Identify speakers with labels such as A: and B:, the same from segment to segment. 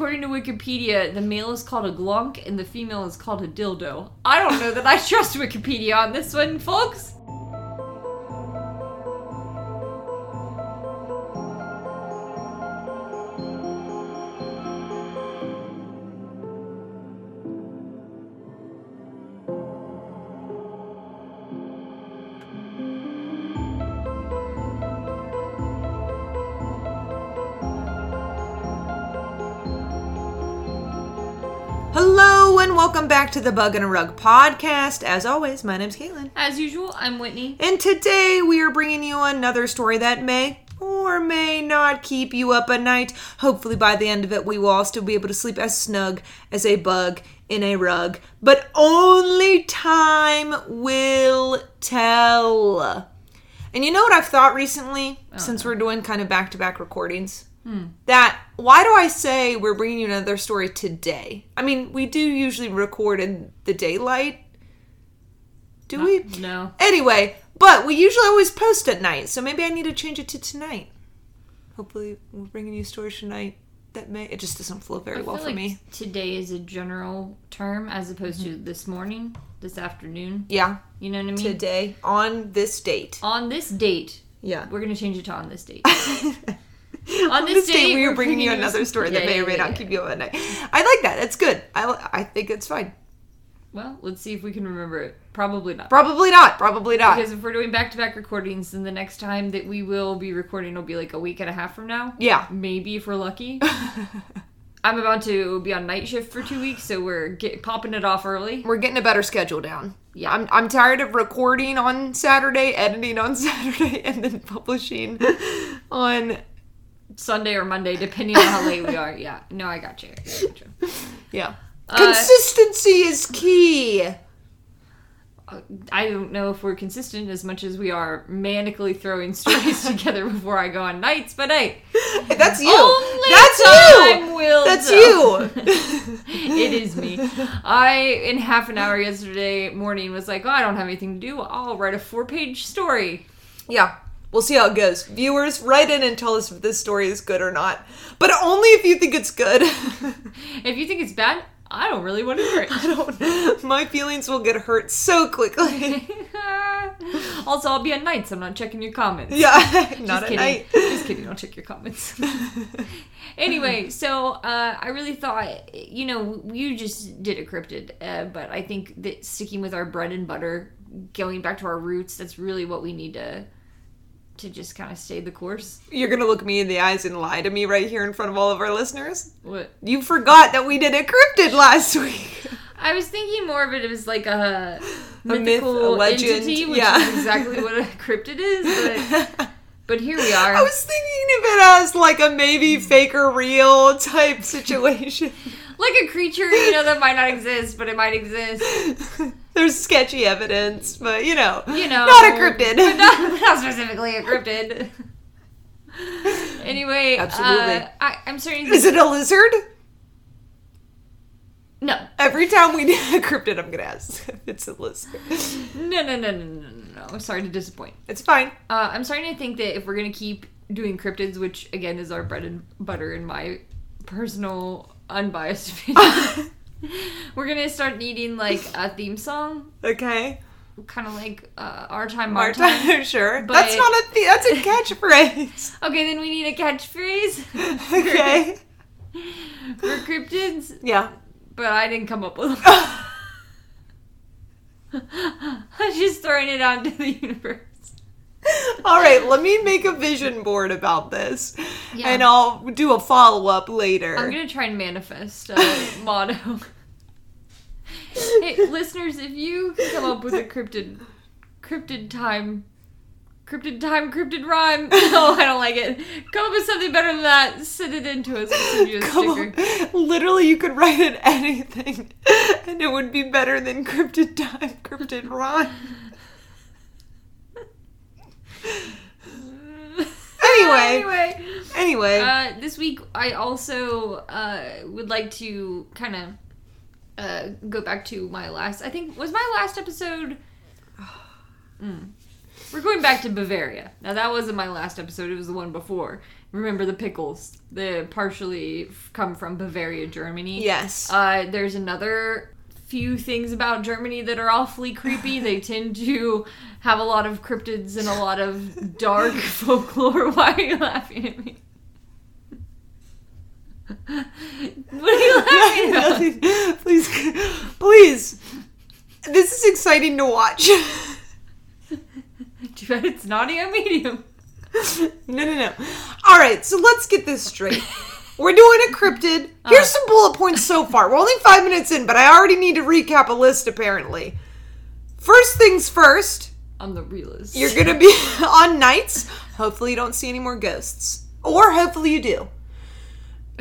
A: According to Wikipedia, the male is called a glunk and the female is called a dildo. I don't know that I trust Wikipedia on this one, folks.
B: Hello and welcome back to the Bug and a Rug podcast. As always, my name's Caitlin.
A: As usual, I'm Whitney.
B: And today we are bringing you another story that may or may not keep you up at night. Hopefully, by the end of it, we will all still be able to sleep as snug as a bug in a rug. But only time will tell. And you know what I've thought recently, since we're doing kind of back to back recordings? That why do I say we're bringing you another story today? I mean, we do usually record in the daylight. Do we?
A: No.
B: Anyway, but we usually always post at night, so maybe I need to change it to tonight. Hopefully, we're bringing you stories tonight that may. It just doesn't flow very well
A: I feel
B: for
A: like
B: me.
A: today is a general term as opposed to this morning, this afternoon.
B: Yeah,
A: You know what I mean?
B: today on this date.
A: On this date,
B: Yeah.
A: we're going to change it to on this date.
B: on
A: this date,
B: we
A: we're
B: are bringing you
A: bringing you-
B: another story that
A: Yeah,
B: may
A: yeah,
B: or may
A: yeah,
B: not
A: yeah.
B: keep you up at night. I like that. It's good. I I think it's fine.
A: well, let's see if we can remember it. Probably not.
B: Probably not. Probably not.
A: Because if we're doing back to back recordings, then the next time that we will be recording will be like a week and a half from now.
B: yeah.
A: Maybe if we're lucky. I'm about to be on night shift for two weeks, so we're get, popping it off early.
B: We're getting a better schedule down.
A: Yeah.
B: I'm, I'm tired of recording on Saturday, editing on Saturday, and then publishing on
A: Sunday or Monday, depending on how late we are. Yeah. No, I got you. I got you.
B: Yeah.
A: Uh,
B: Consistency is key.
A: Uh, I don't know if we're consistent as much as we are manically throwing stories together before I go on nights, but hey,
B: That's you.
A: Only
B: That's
A: time
B: you.
A: will
B: That's
A: tell.
B: you.
A: it is me. I, in half an hour yesterday morning, was like, oh, I don't have anything to do. I'll write a four page story.
B: yeah. We'll see how it goes. Viewers, write in and tell us if this story is good or not. But only if you think it's good.
A: If you think it's bad, I don't really want to hear
B: I don't my feelings will get hurt so quickly.
A: it. also, I'll be at nights. I'm not checking your comments.
B: yeah. Not
A: Just
B: at
A: kidding.
B: night.
A: Just kidding. I'll check your comments. anyway, so uh, I really thought, you know, you just did a cryptid, uh, but I think that sticking with our bread and butter, going back to our roots, that's really what we need to to just kind of stay the course.
B: You're gonna look me in the eyes and lie to me right here in front of all of our listeners.
A: What
B: You forgot that we did a cryptid last week.
A: I was thinking more of it as like a
B: myth, a
A: mythical
B: legend,
A: entity, which
B: yeah.
A: is exactly what a cryptid is. But, but here we are. Mm.
B: I was thinking of it as like a maybe fake or real type situation.
A: like a creature, you know, that might not exist, but it might exist.
B: There's sketchy evidence, but you know,
A: You know,
B: not a cryptid.
A: but not, not specifically a cryptid. anyway,
B: Absolutely.
A: uh, I, I'm starting to
B: Is it a lizard?
A: no,
B: Every time we do a cryptid, I'm gonna ask if it's a lizard.
A: no, no, no, no, no, no, no. I'm sorry to disappoint.
B: It's fine.
A: Uh, I'm starting to think that if we're gonna keep doing cryptids, which again is our bread and butter in my personal unbiased opinion, we're gonna start needing like a theme song,
B: Okay,
A: kind of like uh, our time, our
B: Marta,
A: time.
B: sure.
A: But-
B: That's not a th- that's a catchphrase.
A: Okay, then we need a catchphrase
B: okay,
A: for cryptids.
B: yeah.
A: but I didn't come up with one. I'm just throwing it out to the universe.
B: All right, let me make a vision board about this,
A: Yeah.
B: and I'll do a follow up later.
A: I'm gonna try and manifest a motto. hey, listeners, if you can come up with a cryptid, cryptid time, cryptid time, cryptid rhyme. No, I don't like it. Come up with something better than that. Send it in to us. We'll send you a
B: Come
A: sticker.
B: on. Literally, you could write it anything, and it would be better than cryptid time, cryptid rhyme. Anyway.
A: anyway.
B: Anyway,
A: Uh, this week, I also uh, would like to kind of uh, go back to my last. I think was my last episode. Mm. We're going back to Bavaria. Now that wasn't my last episode; it was the one before. Remember the pickles? They partially f- come from Bavaria, Germany.
B: Yes.
A: Uh, there's another few things about Germany that are awfully creepy. they tend to have a lot of cryptids and a lot of dark folklore. Why are you laughing at me? what are you laughing at?
B: Nothing. please, please. This is exciting to watch.
A: Too bad it's not a medium.
B: no, no, no. All right, so let's get this straight. We're doing a cryptid. Here's some bullet points so far. We're only five minutes in, but I already need to recap a list, apparently. First things first,
A: I'm the realist.
B: you're going to be on nights. Hopefully, you don't see any more ghosts. Or hopefully, you do.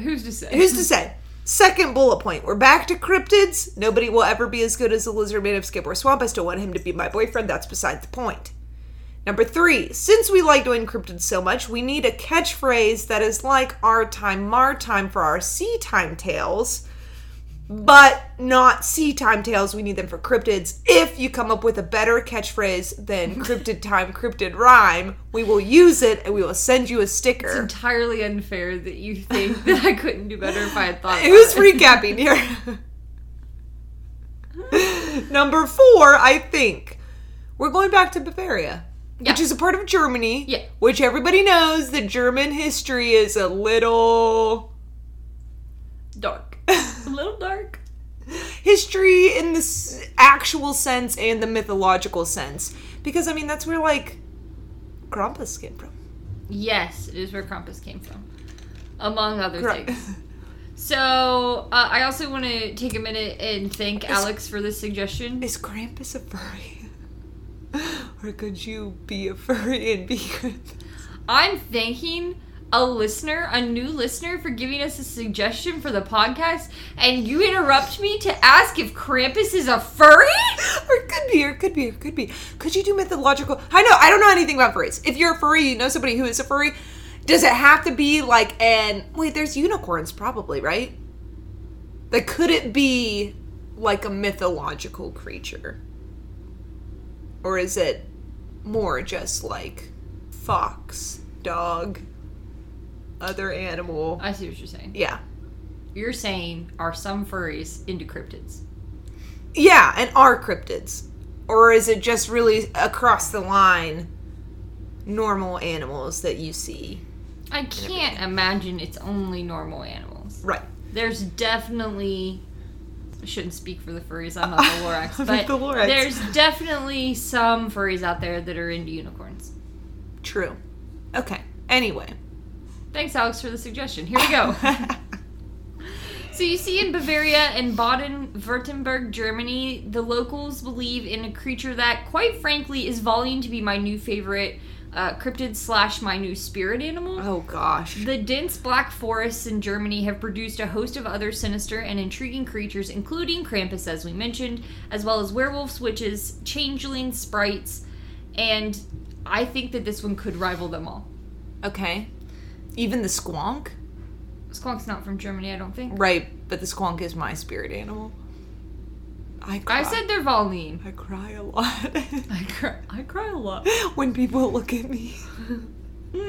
A: Who's to say?
B: Who's to say? Second bullet point. We're back to cryptids. Nobody will ever be as good as the lizard man of Skip or Swamp. I still want him to be my boyfriend. That's beside the point. Number three. Since we like doing cryptids so much, we need a catchphrase that is like our time, mar time for our sea time tales, but not sea time tales. We need them for cryptids. If you come up with a better catchphrase than cryptid time, cryptid rhyme, we will use it and we will send you a sticker.
A: It's entirely unfair that you think that I couldn't do better if I had thought.
B: Who's
A: about it.
B: recapping here? Number four, I think. We're going back to Bavaria, which
A: Yeah.
B: is a part of Germany,
A: Yeah.
B: which everybody knows that German history is a little.
A: dark? A little dark.
B: history in the s- actual sense and the mythological sense. Because, I mean, that's where, like, Krampus came from.
A: Yes, it is where Krampus came from, among other
B: Kra-
A: things. So uh, I also want to take a minute and thank Alex for this suggestion.
B: Is Krampus a furry? or could you be a furry and be Krampus?
A: I'm thanking a listener, a new listener, for giving us a suggestion for the podcast, and you interrupt me to ask if Krampus is a furry.
B: or it could be, or it could be, or it could be. Could you do mythological? I know, I don't know anything about furries. If you're a furry, you know somebody who is a furry. Does it have to be like an wait? There's unicorns, probably, right? Like, could it be like a mythological creature, or is it more just like fox, dog, other animal?
A: I see what you're saying.
B: Yeah,
A: You're saying are some furries into cryptids?
B: Yeah, and are cryptids. Or is it just really across the line normal animals that you see?
A: I can't imagine it's only normal animals.
B: Right.
A: There's definitely. I shouldn't speak for the furries. I'm not the Lorax,
B: I'm
A: but
B: not the Lorax.
A: there's definitely some furries out there that are into unicorns.
B: True. Okay. Anyway.
A: Thanks, Alex, for the suggestion. Here we go. So you see, in Bavaria and Baden-Württemberg, Germany, the locals believe in a creature that, quite frankly, is vowing to be my new favorite uh, cryptid slash my new spirit animal.
B: oh gosh.
A: The dense black forests in Germany have produced a host of other sinister and intriguing creatures, including Krampus, as we mentioned, as well as werewolves, witches, changelings, sprites, and I think that this one could rival them all.
B: Okay. Even the squonk?
A: Sklonk's not from Germany, I don't think.
B: Right, but the squonk is my spirit animal. I cry.
A: I said they're Voline.
B: I cry a lot
A: I cry, I cry a lot.
B: when people look at me.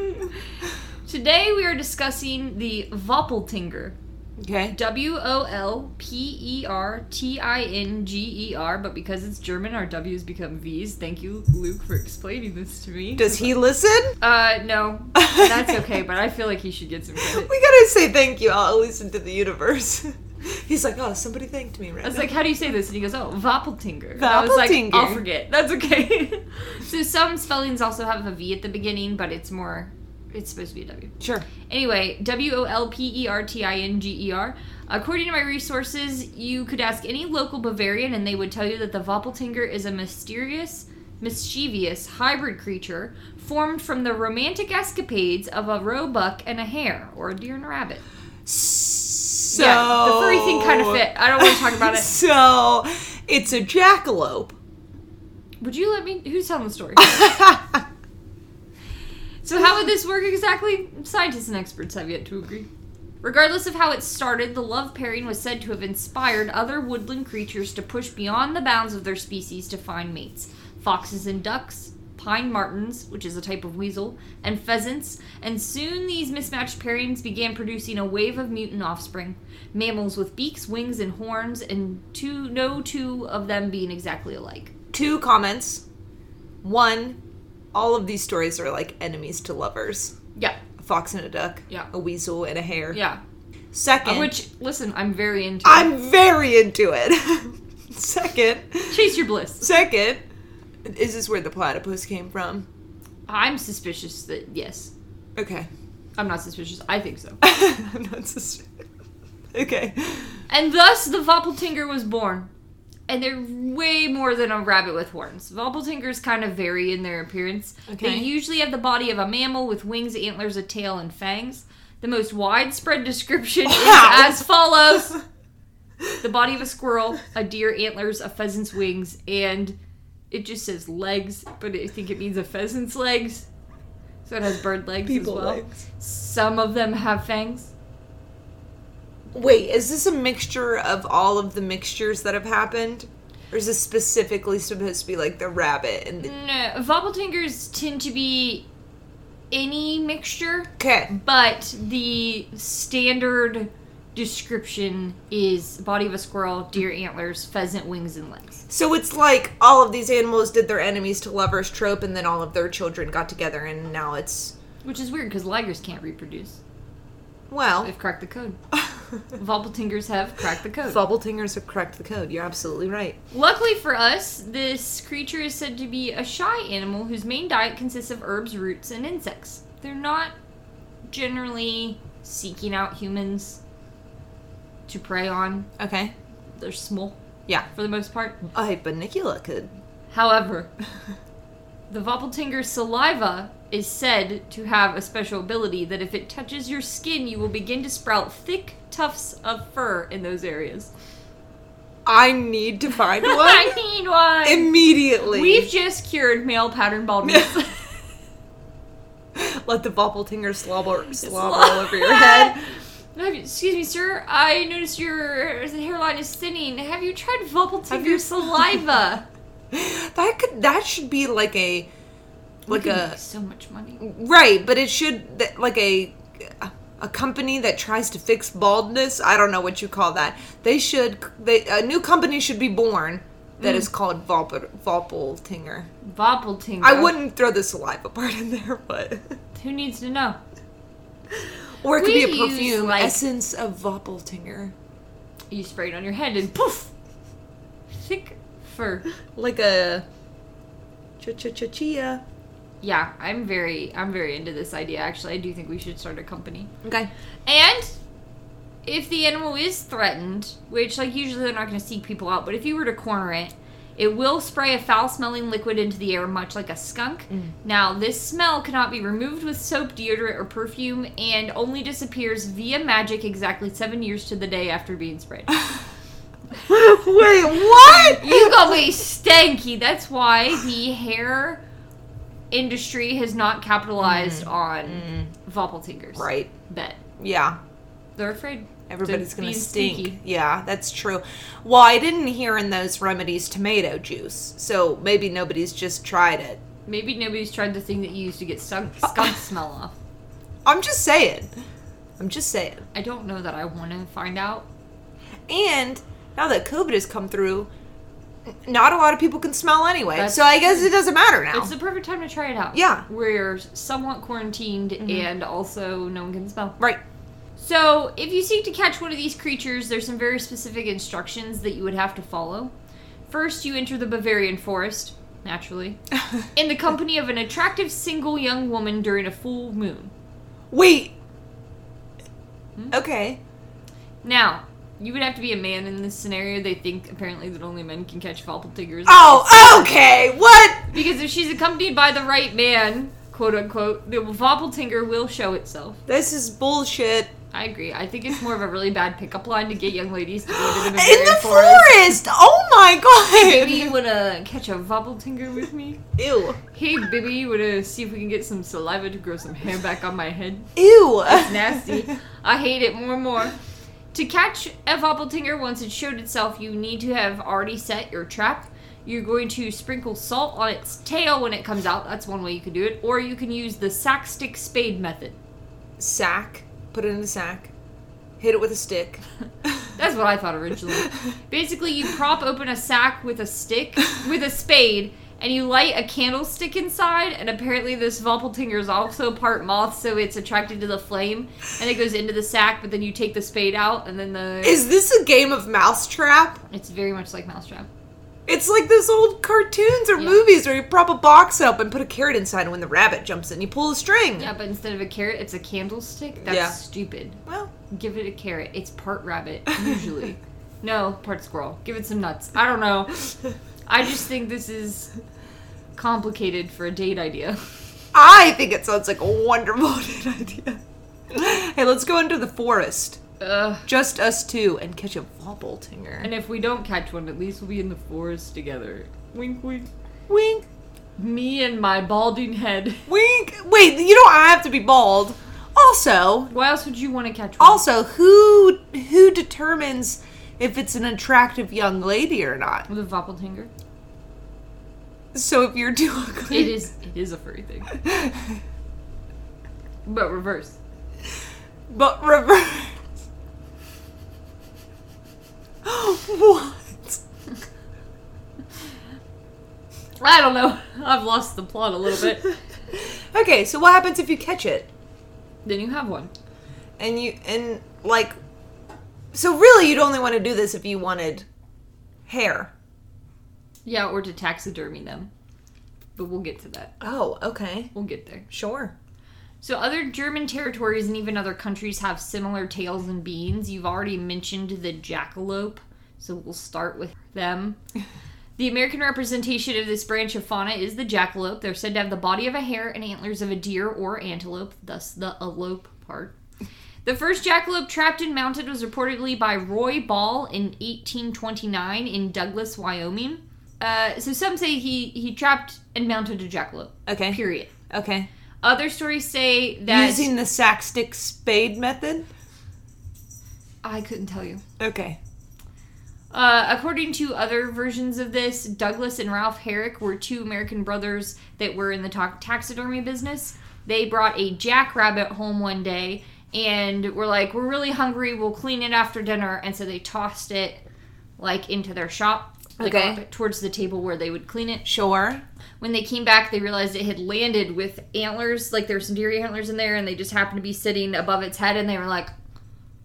A: Today we are discussing the Voppeltinger.
B: Okay.
A: W O L P E R T I N G E R, but because it's German, our W's become V's. Thank you, Luke, for explaining this to me.
B: Does he listen?
A: Uh, no. That's okay, but I feel like he should get some credit.
B: We gotta say thank you, I'll listen to the universe. He's like, oh, somebody thanked me right
A: I was
B: now.
A: like, how do you say this? And he goes, oh, Voppeltinger. And I was like,
B: Voppeltinger.
A: I'll forget. That's okay. so some spellings also have a V at the beginning, but it's more, it's supposed to be a W.
B: sure.
A: Anyway, W O L P E R T I N G E R. According to my resources, you could ask any local Bavarian and they would tell you that the Voppeltinger is a mysterious, mischievous hybrid creature formed from the romantic escapades of a roebuck and a hare, or a deer and a rabbit.
B: So
A: Yeah, the furry thing kind of fit. I don't want to talk about it.
B: so it's a jackalope.
A: Would you let me? Who's telling the story? So, how would this work exactly? Scientists and experts have yet to agree. Regardless of how it started, the love pairing was said to have inspired other woodland creatures to push beyond the bounds of their species to find mates. Foxes and ducks, pine martens, which is a type of weasel, and pheasants, and soon these mismatched pairings began producing a wave of mutant offspring, mammals with beaks, wings, and horns, and two no two of them being exactly alike.
B: Two comments. One, all of these stories are like enemies to lovers.
A: Yeah,
B: A fox and a duck.
A: Yeah.
B: A weasel and a hare.
A: yeah.
B: Second,
A: Uh, Which listen, I'm very into.
B: I'm very into it. second,
A: it. Chase your bliss.
B: second, is this where the platypus came from?
A: I'm suspicious that yes,
B: Okay.
A: I'm not suspicious. I think so.
B: I'm not sus- Okay.
A: And thus the Voppeltinger was born. And they're way more than a rabbit with horns. Voppeltingers kind of vary in their appearance.
B: Okay.
A: They usually have the body of a mammal with wings, antlers, a tail, and fangs. The most widespread description is
B: Wow.
A: as follows the body of a squirrel, a deer, antlers, a pheasant's wings, and it just says legs, but I think it means a pheasant's legs. So it has bird legs
B: People
A: as well.
B: legs.
A: Some of them have fangs.
B: Wait, is this a mixture of all of the mixtures that have happened? Or is this specifically supposed to be like the rabbit and the.
A: No, Vobbletingers tend to be any mixture,
B: Okay.
A: but the standard description is body of a squirrel, deer antlers, pheasant wings, and legs.
B: So it's like all of these animals did their enemies to lovers trope and then all of their children got together and now it's.
A: Which is weird because ligers can't reproduce.
B: Well.
A: They've cracked the code. Vobbletingers have cracked the code.
B: Bubbletingers have cracked the code. You're absolutely right.
A: Luckily for us, this creature is said to be a shy animal whose main diet consists of herbs, roots, and insects. They're not generally seeking out humans to prey on.
B: Okay.
A: They're small
B: Yeah.
A: for the most part.
B: A hypernicula could.
A: However, the Voppeltinger's saliva is said to have a special ability that if it touches your skin, you will begin to sprout thick tufts of fur in those areas.
B: I need to find
A: I
B: one
A: need one!
B: immediately.
A: We've just cured male pattern baldness.
B: Let the Bubbletingers slobber, slob all over your head.
A: Have you- Excuse me, sir. I noticed your hairline is thinning. Have you tried Voppeltinger
B: Have you-
A: saliva?
B: That could. That should be like a. Like
A: We could
B: a
A: make so much money.
B: Right, but it should th- like a a company that tries to fix baldness. I don't know what you call that. They should they a new company should be born that
A: Mm.
B: is called Volpe, Volpeltinger.
A: Voppeltinger.
B: I wouldn't throw the saliva part in there, but
A: Who needs to know?
B: or it could
A: We
B: be a
A: use,
B: perfume
A: like-
B: essence of Volpeltinger,
A: You spray it on your head and poof, thick fur.
B: like a cha cha cha chia.
A: Yeah, I'm very, I'm very into this idea. Actually, I do think we should start a company.
B: Okay,
A: And if the animal is threatened, which like usually they're not going to seek people out, but if you were to corner it, it will spray a foul-smelling liquid into the air, much like a skunk. Now, this smell cannot be removed with soap, deodorant, or perfume, and only disappears via magic exactly seven years to the day after being sprayed.
B: wait, what?
A: You gonna be stanky. That's why the hair industry has not capitalized on mm. Voppeltingers.
B: right?
A: Bet.
B: Yeah.
A: They're afraid.
B: Everybody's
A: to
B: gonna
A: be
B: stink.
A: stinky.
B: Yeah, that's true. Well, I didn't hear in those remedies tomato juice, so maybe nobody's just tried it.
A: Maybe nobody's tried the thing that you used to get skunk, skunk smell off.
B: I'm just saying. I'm just saying.
A: I don't know that I want to find out.
B: And now that COVID has come through, n- not a lot of people can smell anyway.
A: That's
B: so I guess it doesn't matter now.
A: It's the perfect time to try it out.
B: Yeah. Mm-hmm.
A: We're somewhat quarantined and also no one can smell.
B: right.
A: So, if you seek to catch one of these creatures, there's some very specific instructions that you would have to follow. First, you enter the Bavarian forest, naturally, in the company of an attractive single young woman during a full moon.
B: Wait.
A: Hmm?
B: Okay.
A: Now, you would have to be a man in this scenario. They think apparently that only men can catch Falpeltigers.
B: Oh, okay. What?
A: Because if she's accompanied by the right man, quote unquote, the Voppeltinger will show itself.
B: This is bullshit.
A: I agree. I think it's more of a really bad pickup line to get young ladies to go to the
B: In
A: Bavarian
B: the
A: forest.
B: forest. Oh my god.
A: Maybe you wanna catch a Vobbeltinger with me?
B: Ew.
A: Hey, baby, you wanna see if we can get some saliva to grow some hair back on my head?
B: Ew.
A: Nasty. I hate it more and more. To catch a Vobbeltinger once it showed itself, you need to have already set your trap. You're going to sprinkle salt on its tail when it comes out. That's one way you can do it. Or you can use the sack stick spade method.
B: Sack. Put it in a sack. Hit it with a stick.
A: That's what I thought originally. Basically, you prop open a sack with a stick, with a spade, and you light a candlestick inside. And apparently, this Voppeltinger is also part moth, so it's attracted to the flame, and it goes into the sack. But then you take the spade out, and then the
B: Is this a game of mousetrap?
A: it's very much like Mousetrap.
B: It's like those old cartoons or
A: Yeah.
B: movies where you prop a box up and put a carrot inside, and when the rabbit jumps in, you pull the string.
A: Yeah, but instead of a carrot, it's a candlestick. That's
B: Yeah.
A: stupid.
B: Well,
A: Give it a carrot. It's part rabbit usually. no, part squirrel. Give it some nuts. I don't know. I just think this is complicated for a date idea.
B: I think it sounds like a wonderful idea. hey, let's go into the forest.
A: Ugh.
B: Just us two and catch a
A: And
B: Vogeltinger.
A: if we don't catch one, at least we'll be in the forest together. Wink, wink.
B: Wink,
A: Me and my balding head.
B: wink. Wait, you don't have to be bald. Also,
A: Why else would you want to catch one?
B: also, who who determines if it's an attractive young lady or not?
A: With a voppeltinger?
B: So if you're too ugly,
A: It is. It is a furry thing, but reverse.
B: But reverse. what?
A: I don't know. I've lost the plot a little bit.
B: Okay, so what happens if you catch it
A: then you have one.
B: and you and like? So really, you'd only want to do this if you wanted hair.
A: Yeah, or to taxidermy them. But we'll get to that.
B: Oh, okay,
A: We'll get there.
B: sure.
A: So, other German territories and even other countries have similar tails and beans. You've already mentioned the jackalope, so we'll start with them. the American representation of this branch of fauna is the jackalope. They're said to have the body of a hare and antlers of a deer or antelope, thus the elope part. The first jackalope trapped and mounted was reportedly by Roy Ball in 1829 in Douglas, Wyoming. Uh, so some say he he trapped and mounted a jackalope.
B: Okay.
A: Period.
B: Okay.
A: Other stories say that
B: Using the sack stick spade method.
A: I couldn't tell you.
B: Okay.
A: Uh, according to other versions of this, Douglas and Ralph Herrick were two American brothers that were in the ta- taxidermy business. They brought a jackrabbit home one day and were like, "We're really hungry. We'll clean it after dinner." And so they tossed it like into their shop, like,
B: Okay.
A: up it towards the table where they would clean it.
B: Sure.
A: When they came back, they realized it had landed with antlers, like there were some deer antlers in there, and they just happened to be sitting above its head. And they were like,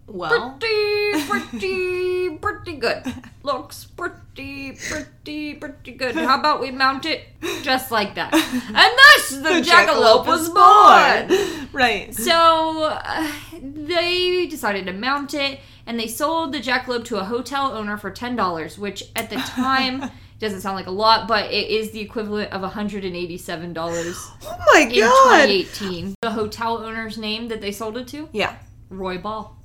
B: Well,
A: pretty, pretty, pretty good. Looks pretty, pretty, pretty good. How about we mount it just like that? And thus the, jackalope was born.
B: Right.
A: So uh, they decided to mount it, and they sold the jackalope to a hotel owner for ten dollars, which at the time doesn't sound like a lot, but it is the equivalent of one hundred and eighty-seven dollars
B: Oh my
A: in
B: god.
A: 2018. The hotel owner's name that they sold it to,
B: Yeah.
A: Roy Ball.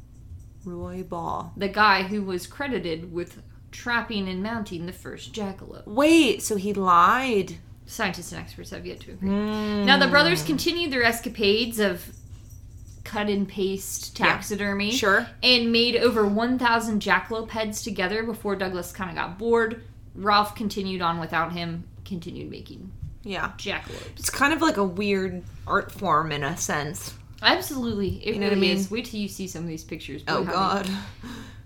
B: Roy Ball.
A: the guy who was credited with trapping and mounting the first jackalope.
B: Wait, so he lied.
A: Scientists and experts have yet to agree.
B: Mm.
A: Now, the brothers continued their escapades of cut and paste taxidermy.
B: Sure.
A: And made over 1,000 jackalope heads together before Douglas kind of got bored. Ralph continued on without him, continued making
B: Yeah.
A: jackalopes.
B: It's kind of like a weird art form in a sense.
A: Absolutely. It
B: You know what I
A: really
B: mean?
A: is. Wait till you see some of these pictures. boy,
B: Oh
A: howdy.
B: god.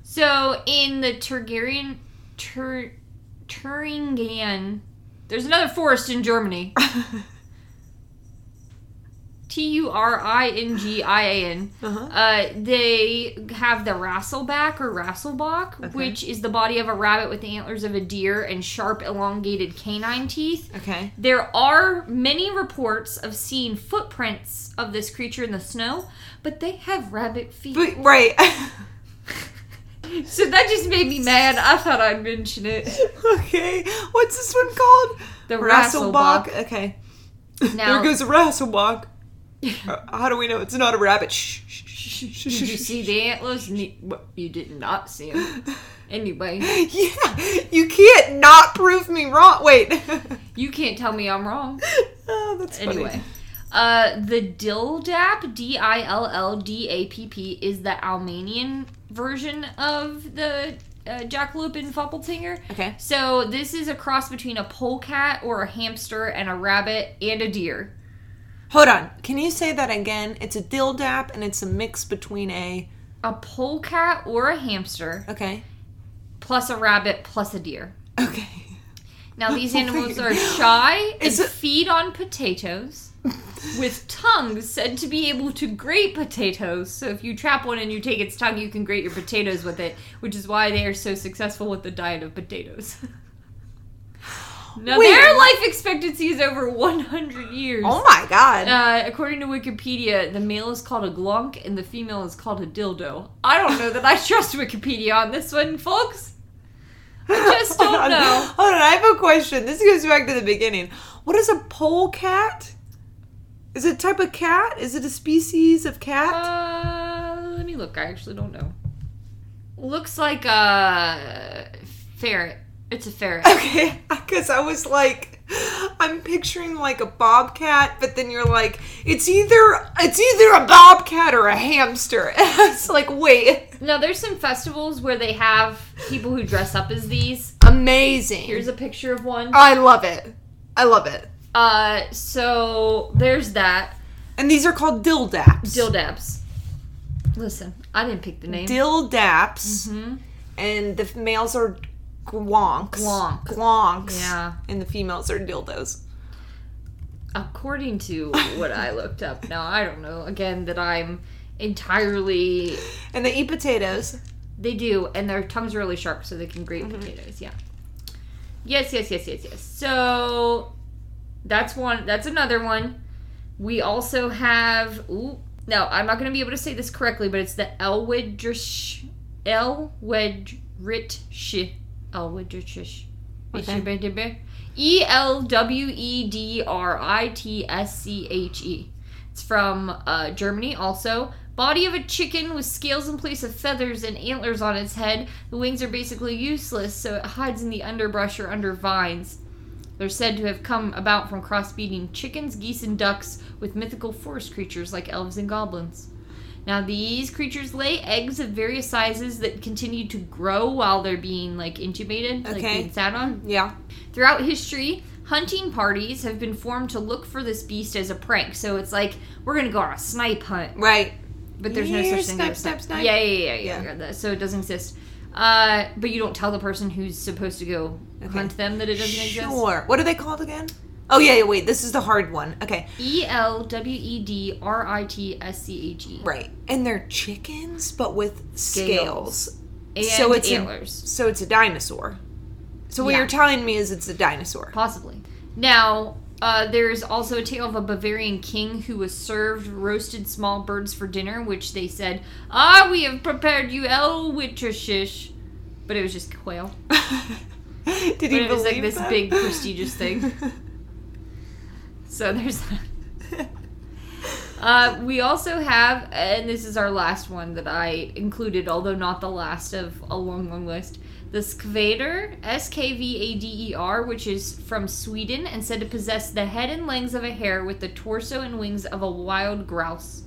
A: So in the Turgarian, Tur, Thuringian, there's another forest in Germany.
B: Uh-huh.
A: T U R I N G I A N.
B: Uh-huh.
A: Uh, They have the Rasselback or Rasselbach, which is the body of a rabbit with the antlers of a deer and sharp, elongated canine teeth.
B: Okay.
A: There are many reports of seeing footprints of this creature in the snow, but they have rabbit feet.
B: But right.
A: So that just made me mad. I thought I'd mention it.
B: okay. What's this one called?
A: The
B: Rasselbach.
A: Rasselbach.
B: Okay.
A: Now-
B: there goes a Rasselbach. Uh, How do we know it's not a rabbit? Shh. shh, shh, shh,
A: Did you
B: shh,
A: see
B: shh.
A: the antlers? Ne- what, You did not see them. Anyway,
B: Yeah, you can't not prove me wrong. Wait.
A: you can't tell me I'm wrong.
B: oh, that's funny.
A: Anyway, uh, the Dildap, D I L L D A P P, is the Albanian version of the uh, jackalope and Foppeltinger.
B: Okay.
A: So this is a cross between a polecat or a hamster and a rabbit and a deer.
B: Hold on. Can you say that again? It's a dildap and it's a mix between a.
A: A polecat or a hamster
B: Okay.
A: plus a rabbit plus a deer.
B: Okay.
A: Now these animals are shy and
B: Oh Is it-
A: feed on potatoes with tongues said to be able to grate potatoes. So if you trap one and you take its tongue, you can grate your potatoes with it, which is why they are so successful with the diet of potatoes. now their
B: Weird.
A: life expectancy is over 100 years.
B: Oh my god.
A: Uh, according to Wikipedia, the male is called a glonk and the female is called a dildo. I don't know that I trust Wikipedia on this one, folks. I just
B: Hold
A: don't
B: on.
A: know.
B: Hold on, I have a question. This goes back to the beginning. What is a polecat? Is it a type of cat? Is it a species of cat?
A: Uh, let me look. I actually don't know. Looks like a ferret. It's a ferret.
B: okay, because I was like, I'm picturing like a bobcat, but then you're like, it's either it's either a bobcat or a hamster. it's like, wait,
A: now, there's some festivals where they have people who dress up as these.
B: amazing.
A: Here's a picture of one.
B: I love it. I love it.
A: Uh, so there's that.
B: And these are called dildaps.
A: Dildaps. Listen, I didn't pick the name.
B: dildaps,
A: Mhm.
B: and the f- males are guonks.
A: Glonk.
B: Glonks.
A: Yeah.
B: And the females are dildos.
A: According to what I looked up. Now, I don't know, again, that I'm entirely
B: And they eat potatoes.
A: They do, and their tongues are really sharp, so they can grate potatoes. Yeah. Yes, yes, yes, yes, yes. So that's one. That's another one. We also have. Ooh, no, I'm not going to be able to say this correctly, but it's the Elwedrish, Elwedritish, Elwedritish. E L W E D R I T S C H E. It's from uh, Germany also. Body of a chicken with scales in place of feathers and antlers on its head. The wings are basically useless, so it hides in the underbrush or under vines. They're said to have come about from crossbreeding chickens, geese, and ducks with mythical forest creatures like elves and goblins. Now, these creatures lay eggs of various sizes that continue to grow while they're being like intubated, like
B: Okay.
A: being sat on.
B: Yeah.
A: Throughout history, hunting parties have been formed to look for this beast as a prank. So it's like we're gonna go on a snipe hunt,
B: Right.
A: but there's no
B: Yeah,
A: such thing
B: snipe,
A: as a snipe.
B: snipe, snipe.
A: Yeah, yeah, yeah, yeah,
B: Yeah.
A: yeah. So it doesn't exist. Uh, but you don't tell the person who's supposed to go
B: Okay.
A: hunt them that it doesn't exist.
B: Sure. What are they called again? Oh yeah, yeah, wait, this is the hard one. Okay.
A: E L W E D R I T S C H E.
B: Right. And they're chickens but with
A: Scales.
B: scales.
A: And
B: So it's a-
A: antlers,
B: So it's a dinosaur. So what
A: Yeah.
B: you're telling me is it's a dinosaur.
A: possibly. Now. Uh, there's also a tale of a Bavarian king who was served roasted small birds for dinner, which they said, Ah, we have prepared you El Witchershish. But it was just quail.
B: Did he
A: But it was like
B: believe
A: this
B: that?
A: big prestigious thing. So there's that. Uh, we also have, and this is our last one that I included, although not the last of a long, long list. The Skvader, S K V A D E R, which is from Sweden and said to possess the head and legs of a hare with the torso and wings of a wild grouse.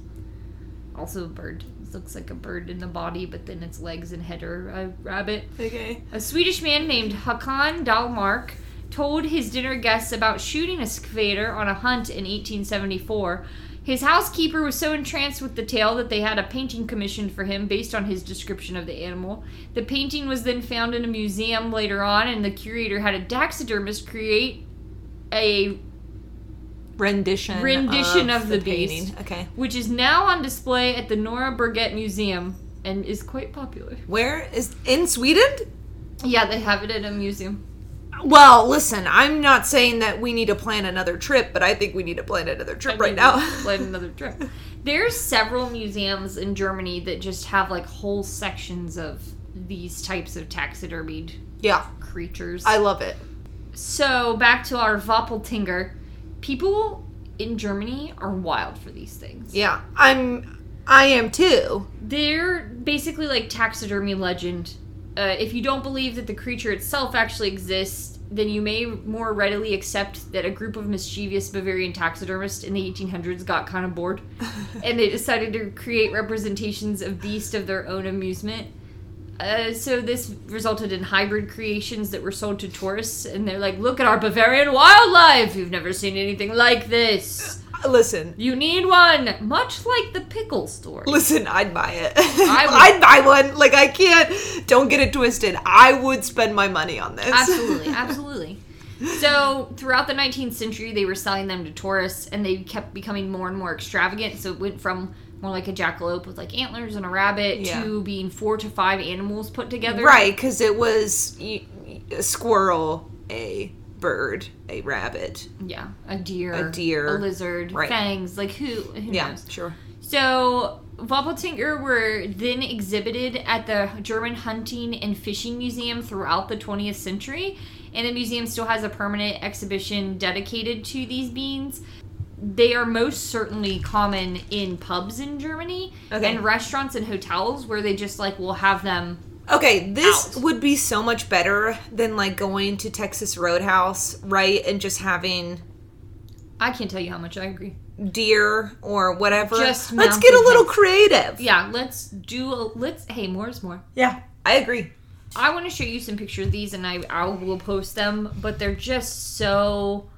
A: Also a bird. This looks like a bird in the body, but then its legs and head are a rabbit.
B: okay.
A: A Swedish man named Hakan Dalmark told his dinner guests about shooting a skvader on a hunt in 1874. His housekeeper was so entranced with the tale that they had a painting commissioned for him based on his description of the animal. The painting was then found in a museum later on, and the curator had a taxidermist create a
B: Rendition.
A: Rendition of the beast.
B: painting. Okay.
A: which is now on display at the Nora Burgett Museum and is quite popular.
B: Where is in Sweden?
A: Yeah, they have it at a museum.
B: Well, listen, I'm not saying that we need to plan another trip, but I think we need to plan another trip right now.
A: Plan another trip. There's several museums in Germany that just have like whole sections of these types of taxidermied
B: yeah,
A: creatures.
B: I love it.
A: so back to our Voppeltinger. People in Germany are wild for these things.
B: Yeah, I'm. I am too.
A: They're basically like taxidermy legend. Uh, if you don't believe that the creature itself actually exists, then you may more readily accept that a group of mischievous Bavarian taxidermists in the 1800s got kind of bored and they decided to create representations of beasts of their own amusement. Uh, so this resulted in hybrid creations that were sold to tourists, and they're like, "Look at our Bavarian wildlife! You've never seen anything like this.
B: Listen,
A: You need one, much like the pickle store."
B: listen, I'd buy it.
A: would.
B: I'd buy one. Like, I can't, don't get it twisted. I would spend my money on this.
A: Absolutely, absolutely. So throughout the 19th century, they were selling them to tourists, and they kept becoming more and more extravagant. So it went from more like a jackalope with like antlers and a rabbit
B: Yeah.
A: to being four to five animals put together.
B: Right, because it was y- y- a squirrel, a bird, a rabbit.
A: Yeah, a deer,
B: A deer.
A: a lizard,
B: Right.
A: fangs. Like who? Who
B: Yeah,
A: knows?
B: sure.
A: So Vogeltinger were then exhibited at the German Hunting and Fishing Museum throughout the 20th century, and the museum still has a permanent exhibition dedicated to these beings. They are most certainly common in pubs in Germany
B: Okay.
A: and restaurants and hotels where they just like will have them.
B: Okay, this
A: Out.
B: would be so much better than like going to Texas Roadhouse, right, and just having
A: I can't tell you how much I agree.
B: deer or whatever.
A: Just
B: Let's get a
A: mountain
B: little creative.
A: Yeah, let's do a let's. Hey, more is more.
B: Yeah, I agree.
A: I want to show you some pictures of these, and I I will post them. But they're just so,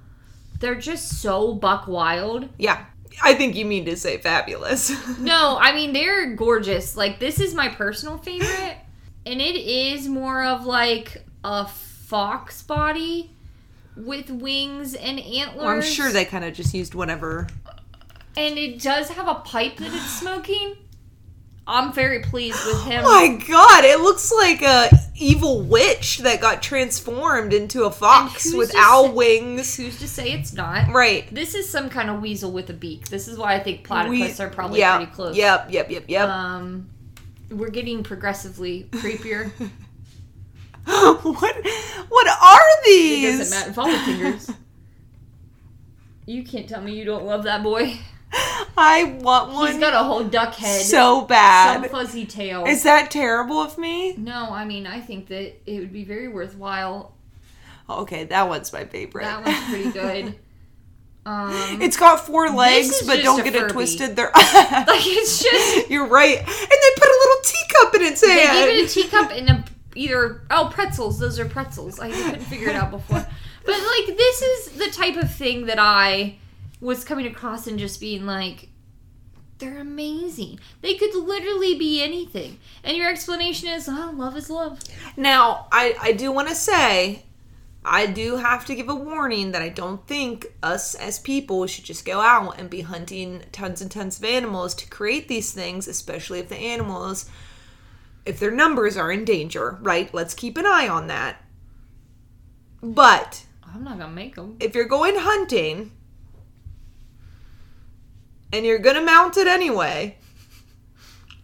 A: they're just so buck wild.
B: Yeah, I think you mean to say fabulous.
A: No, I mean they're gorgeous. Like this is my personal favorite, and it is more of like a fox body with wings and antlers.
B: Well, I'm sure they kind of just used whatever.
A: and it does have a pipe that it's smoking. I'm very pleased with him.
B: Oh my god, it looks like a evil witch that got transformed into a fox
A: who's
B: with
A: to
B: owl
A: say-
B: wings.
A: Who's to say it's not?
B: Right.
A: This is some kind of weasel with a beak. This is why I think platypus are probably
B: yeah,
A: pretty close.
B: Yep, yep, yep, yep.
A: Um, we're getting progressively creepier.
B: what what are
A: it
B: these?
A: doesn't matter. Follow fingers. You can't tell me you don't love that boy.
B: I want one
A: He's got a whole duck head,
B: so
A: some
B: bad.
A: fuzzy tail.
B: Is that terrible of me?
A: no, I mean I think that it would be very worthwhile.
B: Okay, that one's my favorite.
A: That one's pretty good. Um,
B: It's got four legs,
A: is
B: but
A: just
B: don't
A: a
B: get it
A: Furby.
B: twisted. They're
A: like it's just
B: You're right. And they put a little teacup in its
A: they
B: hand.
A: gave it a teacup and a either oh pretzels. Those are pretzels. I couldn't figure it out before. But like this is the type of thing that I was coming across and just being like, they're amazing. They could literally be anything. And your explanation is, oh, love is love.
B: Now, I, I do want to say, I do have to give a warning that I don't think us as people should just go out and be hunting tons and tons of animals to create these things, especially if the animals, if their numbers are in danger, right? Let's keep an eye on that. But
A: I'm not gonna make them.
B: if you're going hunting and you're gonna mount it anyway,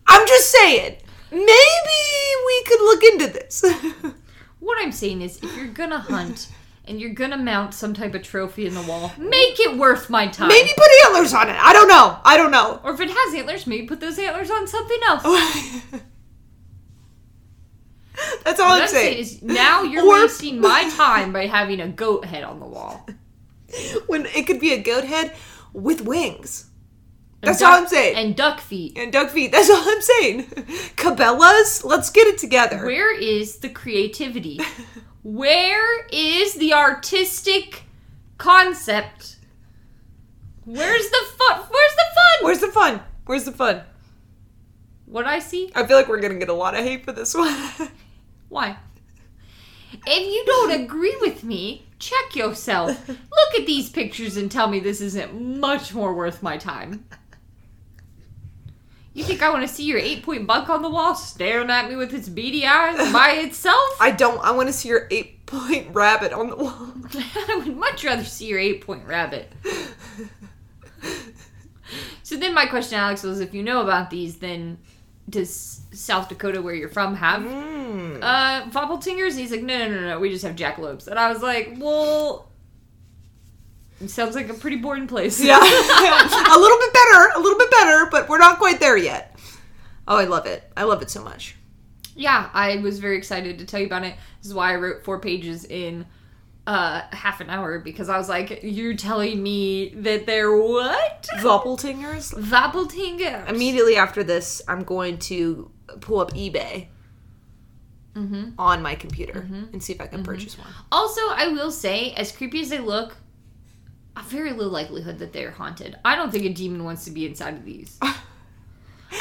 B: I'm just saying, maybe we could look into this.
A: What I'm saying is, if you're gonna hunt. And you're gonna mount some type of trophy in the wall. Make it worth my time.
B: Maybe put antlers on it. I don't know. I don't know.
A: Or if it has antlers, maybe put those antlers on something else.
B: That's all
A: What
B: I'm
A: I'm saying
B: saying.
A: is now you're
B: Or-
A: wasting my time by having a goat head on the wall.
B: When it could be a goat head with wings.
A: And
B: That's all I'm saying.
A: And duck feet.
B: And duck feet. That's all I'm saying. Cabela's. Let's get it together.
A: Where is the creativity? Where is the artistic concept? Where's the fun? Where's the fun?
B: Where's the fun? Where's the fun?
A: What I see?
B: I feel like we're gonna get a lot of hate for this one.
A: Why? If you don't agree with me, check yourself. Look at these pictures and tell me this isn't much more worth my time. You think I want to see your eight point buck on the wall staring at me with its beady eyes by itself?
B: I don't. I want to see your eight point rabbit on the wall.
A: I would much rather see your eight point rabbit. So then my question, Alex, was if you know about these, then does South Dakota, where you're from, have
B: Mm.
A: uh Voppeltingers? He's like, no, no, no, no, we just have jackalopes. And I was like, well, it sounds like a pretty boring place.
B: Yeah. a little bit better, a little bit better, but we're not quite there yet. Oh, I love it. I love it so much.
A: yeah, I was very excited to tell you about it. This is why I wrote four pages in uh half an hour because I was like, you're telling me that they're what?
B: Voppeltingers?
A: Voppeltingers.
B: Immediately after this, I'm going to pull up eBay on my computer and see if I can purchase one.
A: Also, I will say, as creepy as they look, a very low likelihood that they're haunted. I don't think a demon wants to be inside of these. I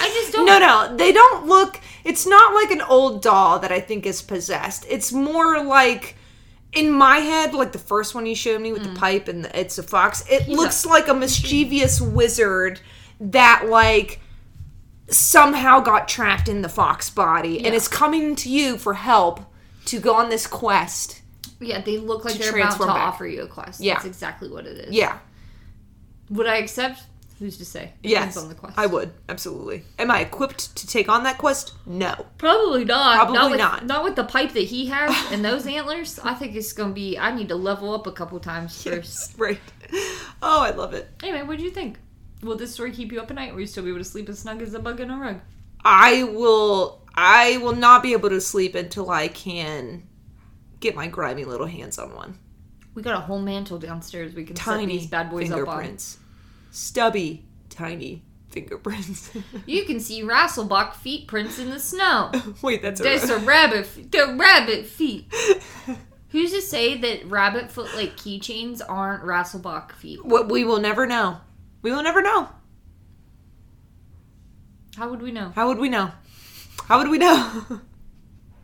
A: just don't.
B: No, no, they don't look. It's not like an old doll that I think is possessed. It's more like, in my head, like the first one you showed me
A: Mm.
B: with the pipe and the, it's a fox. It looks like a mischievous wizard that like somehow got trapped in the fox body and
A: Yeah.
B: is coming to you for help to go on this quest.
A: Yeah, they look like
B: To
A: they're about to
B: transform back.
A: offer you a quest.
B: Yeah.
A: That's exactly what it is.
B: Yeah.
A: Would I accept? Who's to say? Depends
B: Yes.
A: On the quest.
B: I would absolutely. Am I equipped to take on that quest? No.
A: Probably not.
B: Probably
A: not. With,
B: not.
A: not with the pipe that he has and those antlers. I think it's gonna be. I need to level up a couple times first.
B: Right. Oh, I love it.
A: Anyway, what do you think? Will this story keep you up at night? Will you still be able to sleep as snug as a bug in a rug?
B: I will I will not be able to sleep until I can get my grimy little hands on one.
A: We got a whole mantle downstairs. We can set
B: Tiny
A: these bad boys up on.
B: fingerprints. Stubby, tiny fingerprints.
A: You can see Rasselbach feet prints in the snow.
B: Wait, that's a
A: There's a rabbit. F- the rabbit feet. Who's to say that rabbit foot like keychains aren't Rasselbach feet?
B: what we will never know. We will never know.
A: How would we know?
B: How would we know? How would we know?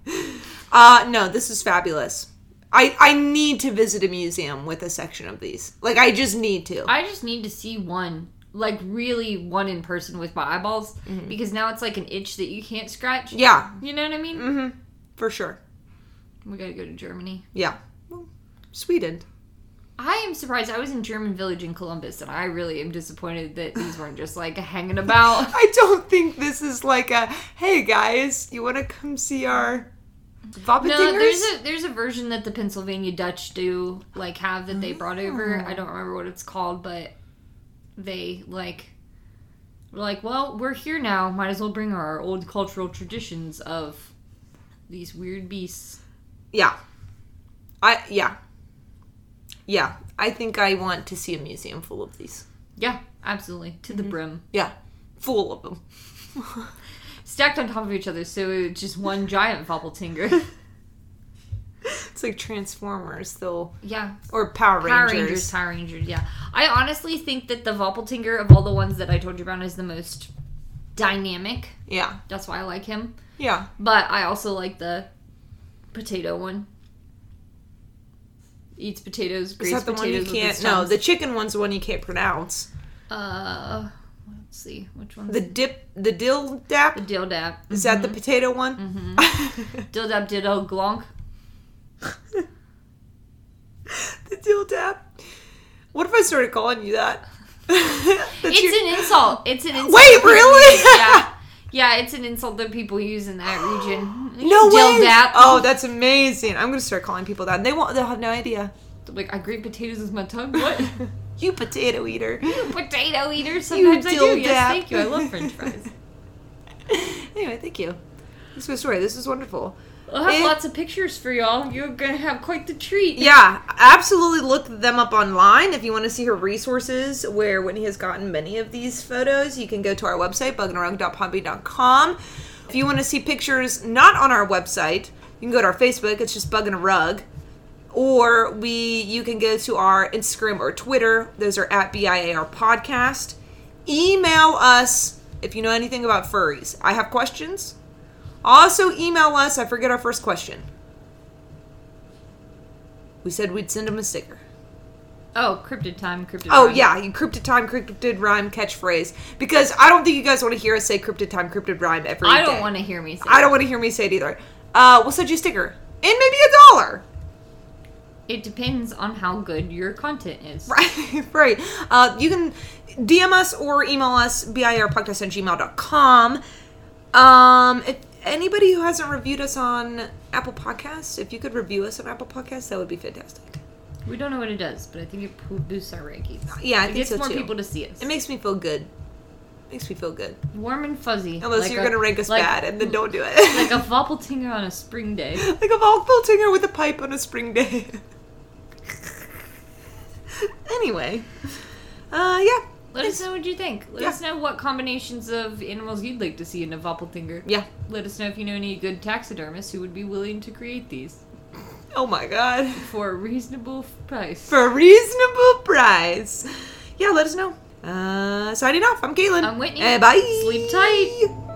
B: uh no, this is fabulous. I I need to visit a museum with a section of these. Like I just need to.
A: I just need to see one, like really one in person with my eyeballs, because now it's like an itch that you can't scratch.
B: yeah,
A: You know what I mean?
B: for sure.
A: We gotta go to Germany.
B: Yeah. Well, Sweden.
A: I am surprised. I was in German Village in Columbus, and I really am disappointed that these weren't just like hanging about.
B: I don't think this is like a hey guys, you want to come see our
A: No,
B: vomitingers?
A: there's a there's a version that the Pennsylvania Dutch do like have that they brought over. I don't remember what it's called, but they like were like, well, we're here now. Might as well bring our old cultural traditions of these weird beasts.
B: yeah. I yeah. Yeah, I think I want to see a museum full of these.
A: Yeah, absolutely to the brim,
B: Yeah, full of them.
A: stacked on top of each other. So it's just one giant Voppeltinger.
B: It's like Transformers, though,
A: yeah,
B: or Power Rangers.
A: Power Rangers, Power Rangers, yeah. I honestly think that the Voppeltinger of all the ones that I told you about is the most dynamic.
B: Yeah,
A: That's why I like him.
B: yeah.
A: But I also like the potato one. Eats potatoes,
B: Is
A: grates
B: that the one you
A: potatoes with
B: can't?
A: his
B: No,
A: tongue.
B: the chicken one's the one you can't pronounce.
A: uh, let's see which one's
B: The dip, the dill dap.
A: the dill dab.
B: Is that the
A: Mm-hmm.
B: potato one?
A: Dill dab diddle glonk.
B: the dill dap. What if I started calling you that? That's
A: It's
B: your-
A: an insult. It's an insult.
B: Wait,
A: that people
B: really?
A: use, yeah. Yeah, it's an insult that people use in that region.
B: No
A: Dill
B: way!
A: dap.
B: Oh, that's amazing. I'm gonna start calling people that. They won't. They'll have no idea.
A: Like I grate potatoes with my tongue. What?
B: You potato eater.
A: potato eater. Sometimes I do. Yes,
B: dildap.
A: thank you. I love French fries.
B: anyway, thank you. This was story. This is wonderful.
A: I'll have
B: Eh.
A: lots of pictures for y'all. You're gonna have quite the treat.
B: Yeah, absolutely. Look them up online if you want to see her resources. Where Whitney has gotten many of these photos, you can go to our website bugandarug.podbean.com. If you want to see pictures not on our website, you can go to our Facebook. It's just bug and a rug. or we you can go to our Instagram or Twitter. Those are at BIAR podcast. Email us if you know anything about furries. I have questions. Also email us. I forget our first question. We said we'd send them a sticker.
A: Oh, cryptid time. Cryptid.
B: Oh
A: time.
B: yeah, you cryptid time, cryptid rhyme catchphrase. Because I don't think you guys want to hear us say cryptid time, cryptid rhyme every
A: I don't
B: day.
A: want to hear me say.
B: I don't want to hear me say it either. Uh, we'll send you a sticker and maybe a dollar.
A: It depends on how good your content is.
B: Right, right. Uh, you can DM us or email us, birpodcast at gmail.com. Um, if anybody who hasn't reviewed us on Apple Podcasts, if you could review us on Apple Podcasts, that would be fantastic.
A: We don't know what it does, but I think it po- boosts our rankings.
B: Yeah, I
A: it
B: think
A: gets
B: so
A: more
B: too.
A: people to see us.
B: It makes me feel good. Makes me feel good.
A: Warm and fuzzy.
B: Unless
A: like
B: you're
A: a-
B: going to rank us
A: like-
B: bad and then don't do it.
A: Like a Voppeltinger on a spring day.
B: like a Volkbiltinger with a pipe on a spring day. anyway, uh, yeah,
A: Let us know what you think. Let
B: Yeah.
A: us know what combinations of animals you'd like to see in a Voppeltinger.
B: Yeah.
A: Let us know if you know any good taxidermists who would be willing to create these
B: Oh my god.
A: for a reasonable f- price.
B: For a reasonable price. Yeah, let us know. Uh, signing off. I'm Caitlin.
A: I'm Whitney.
B: Uh, bye.
A: Sleep tight.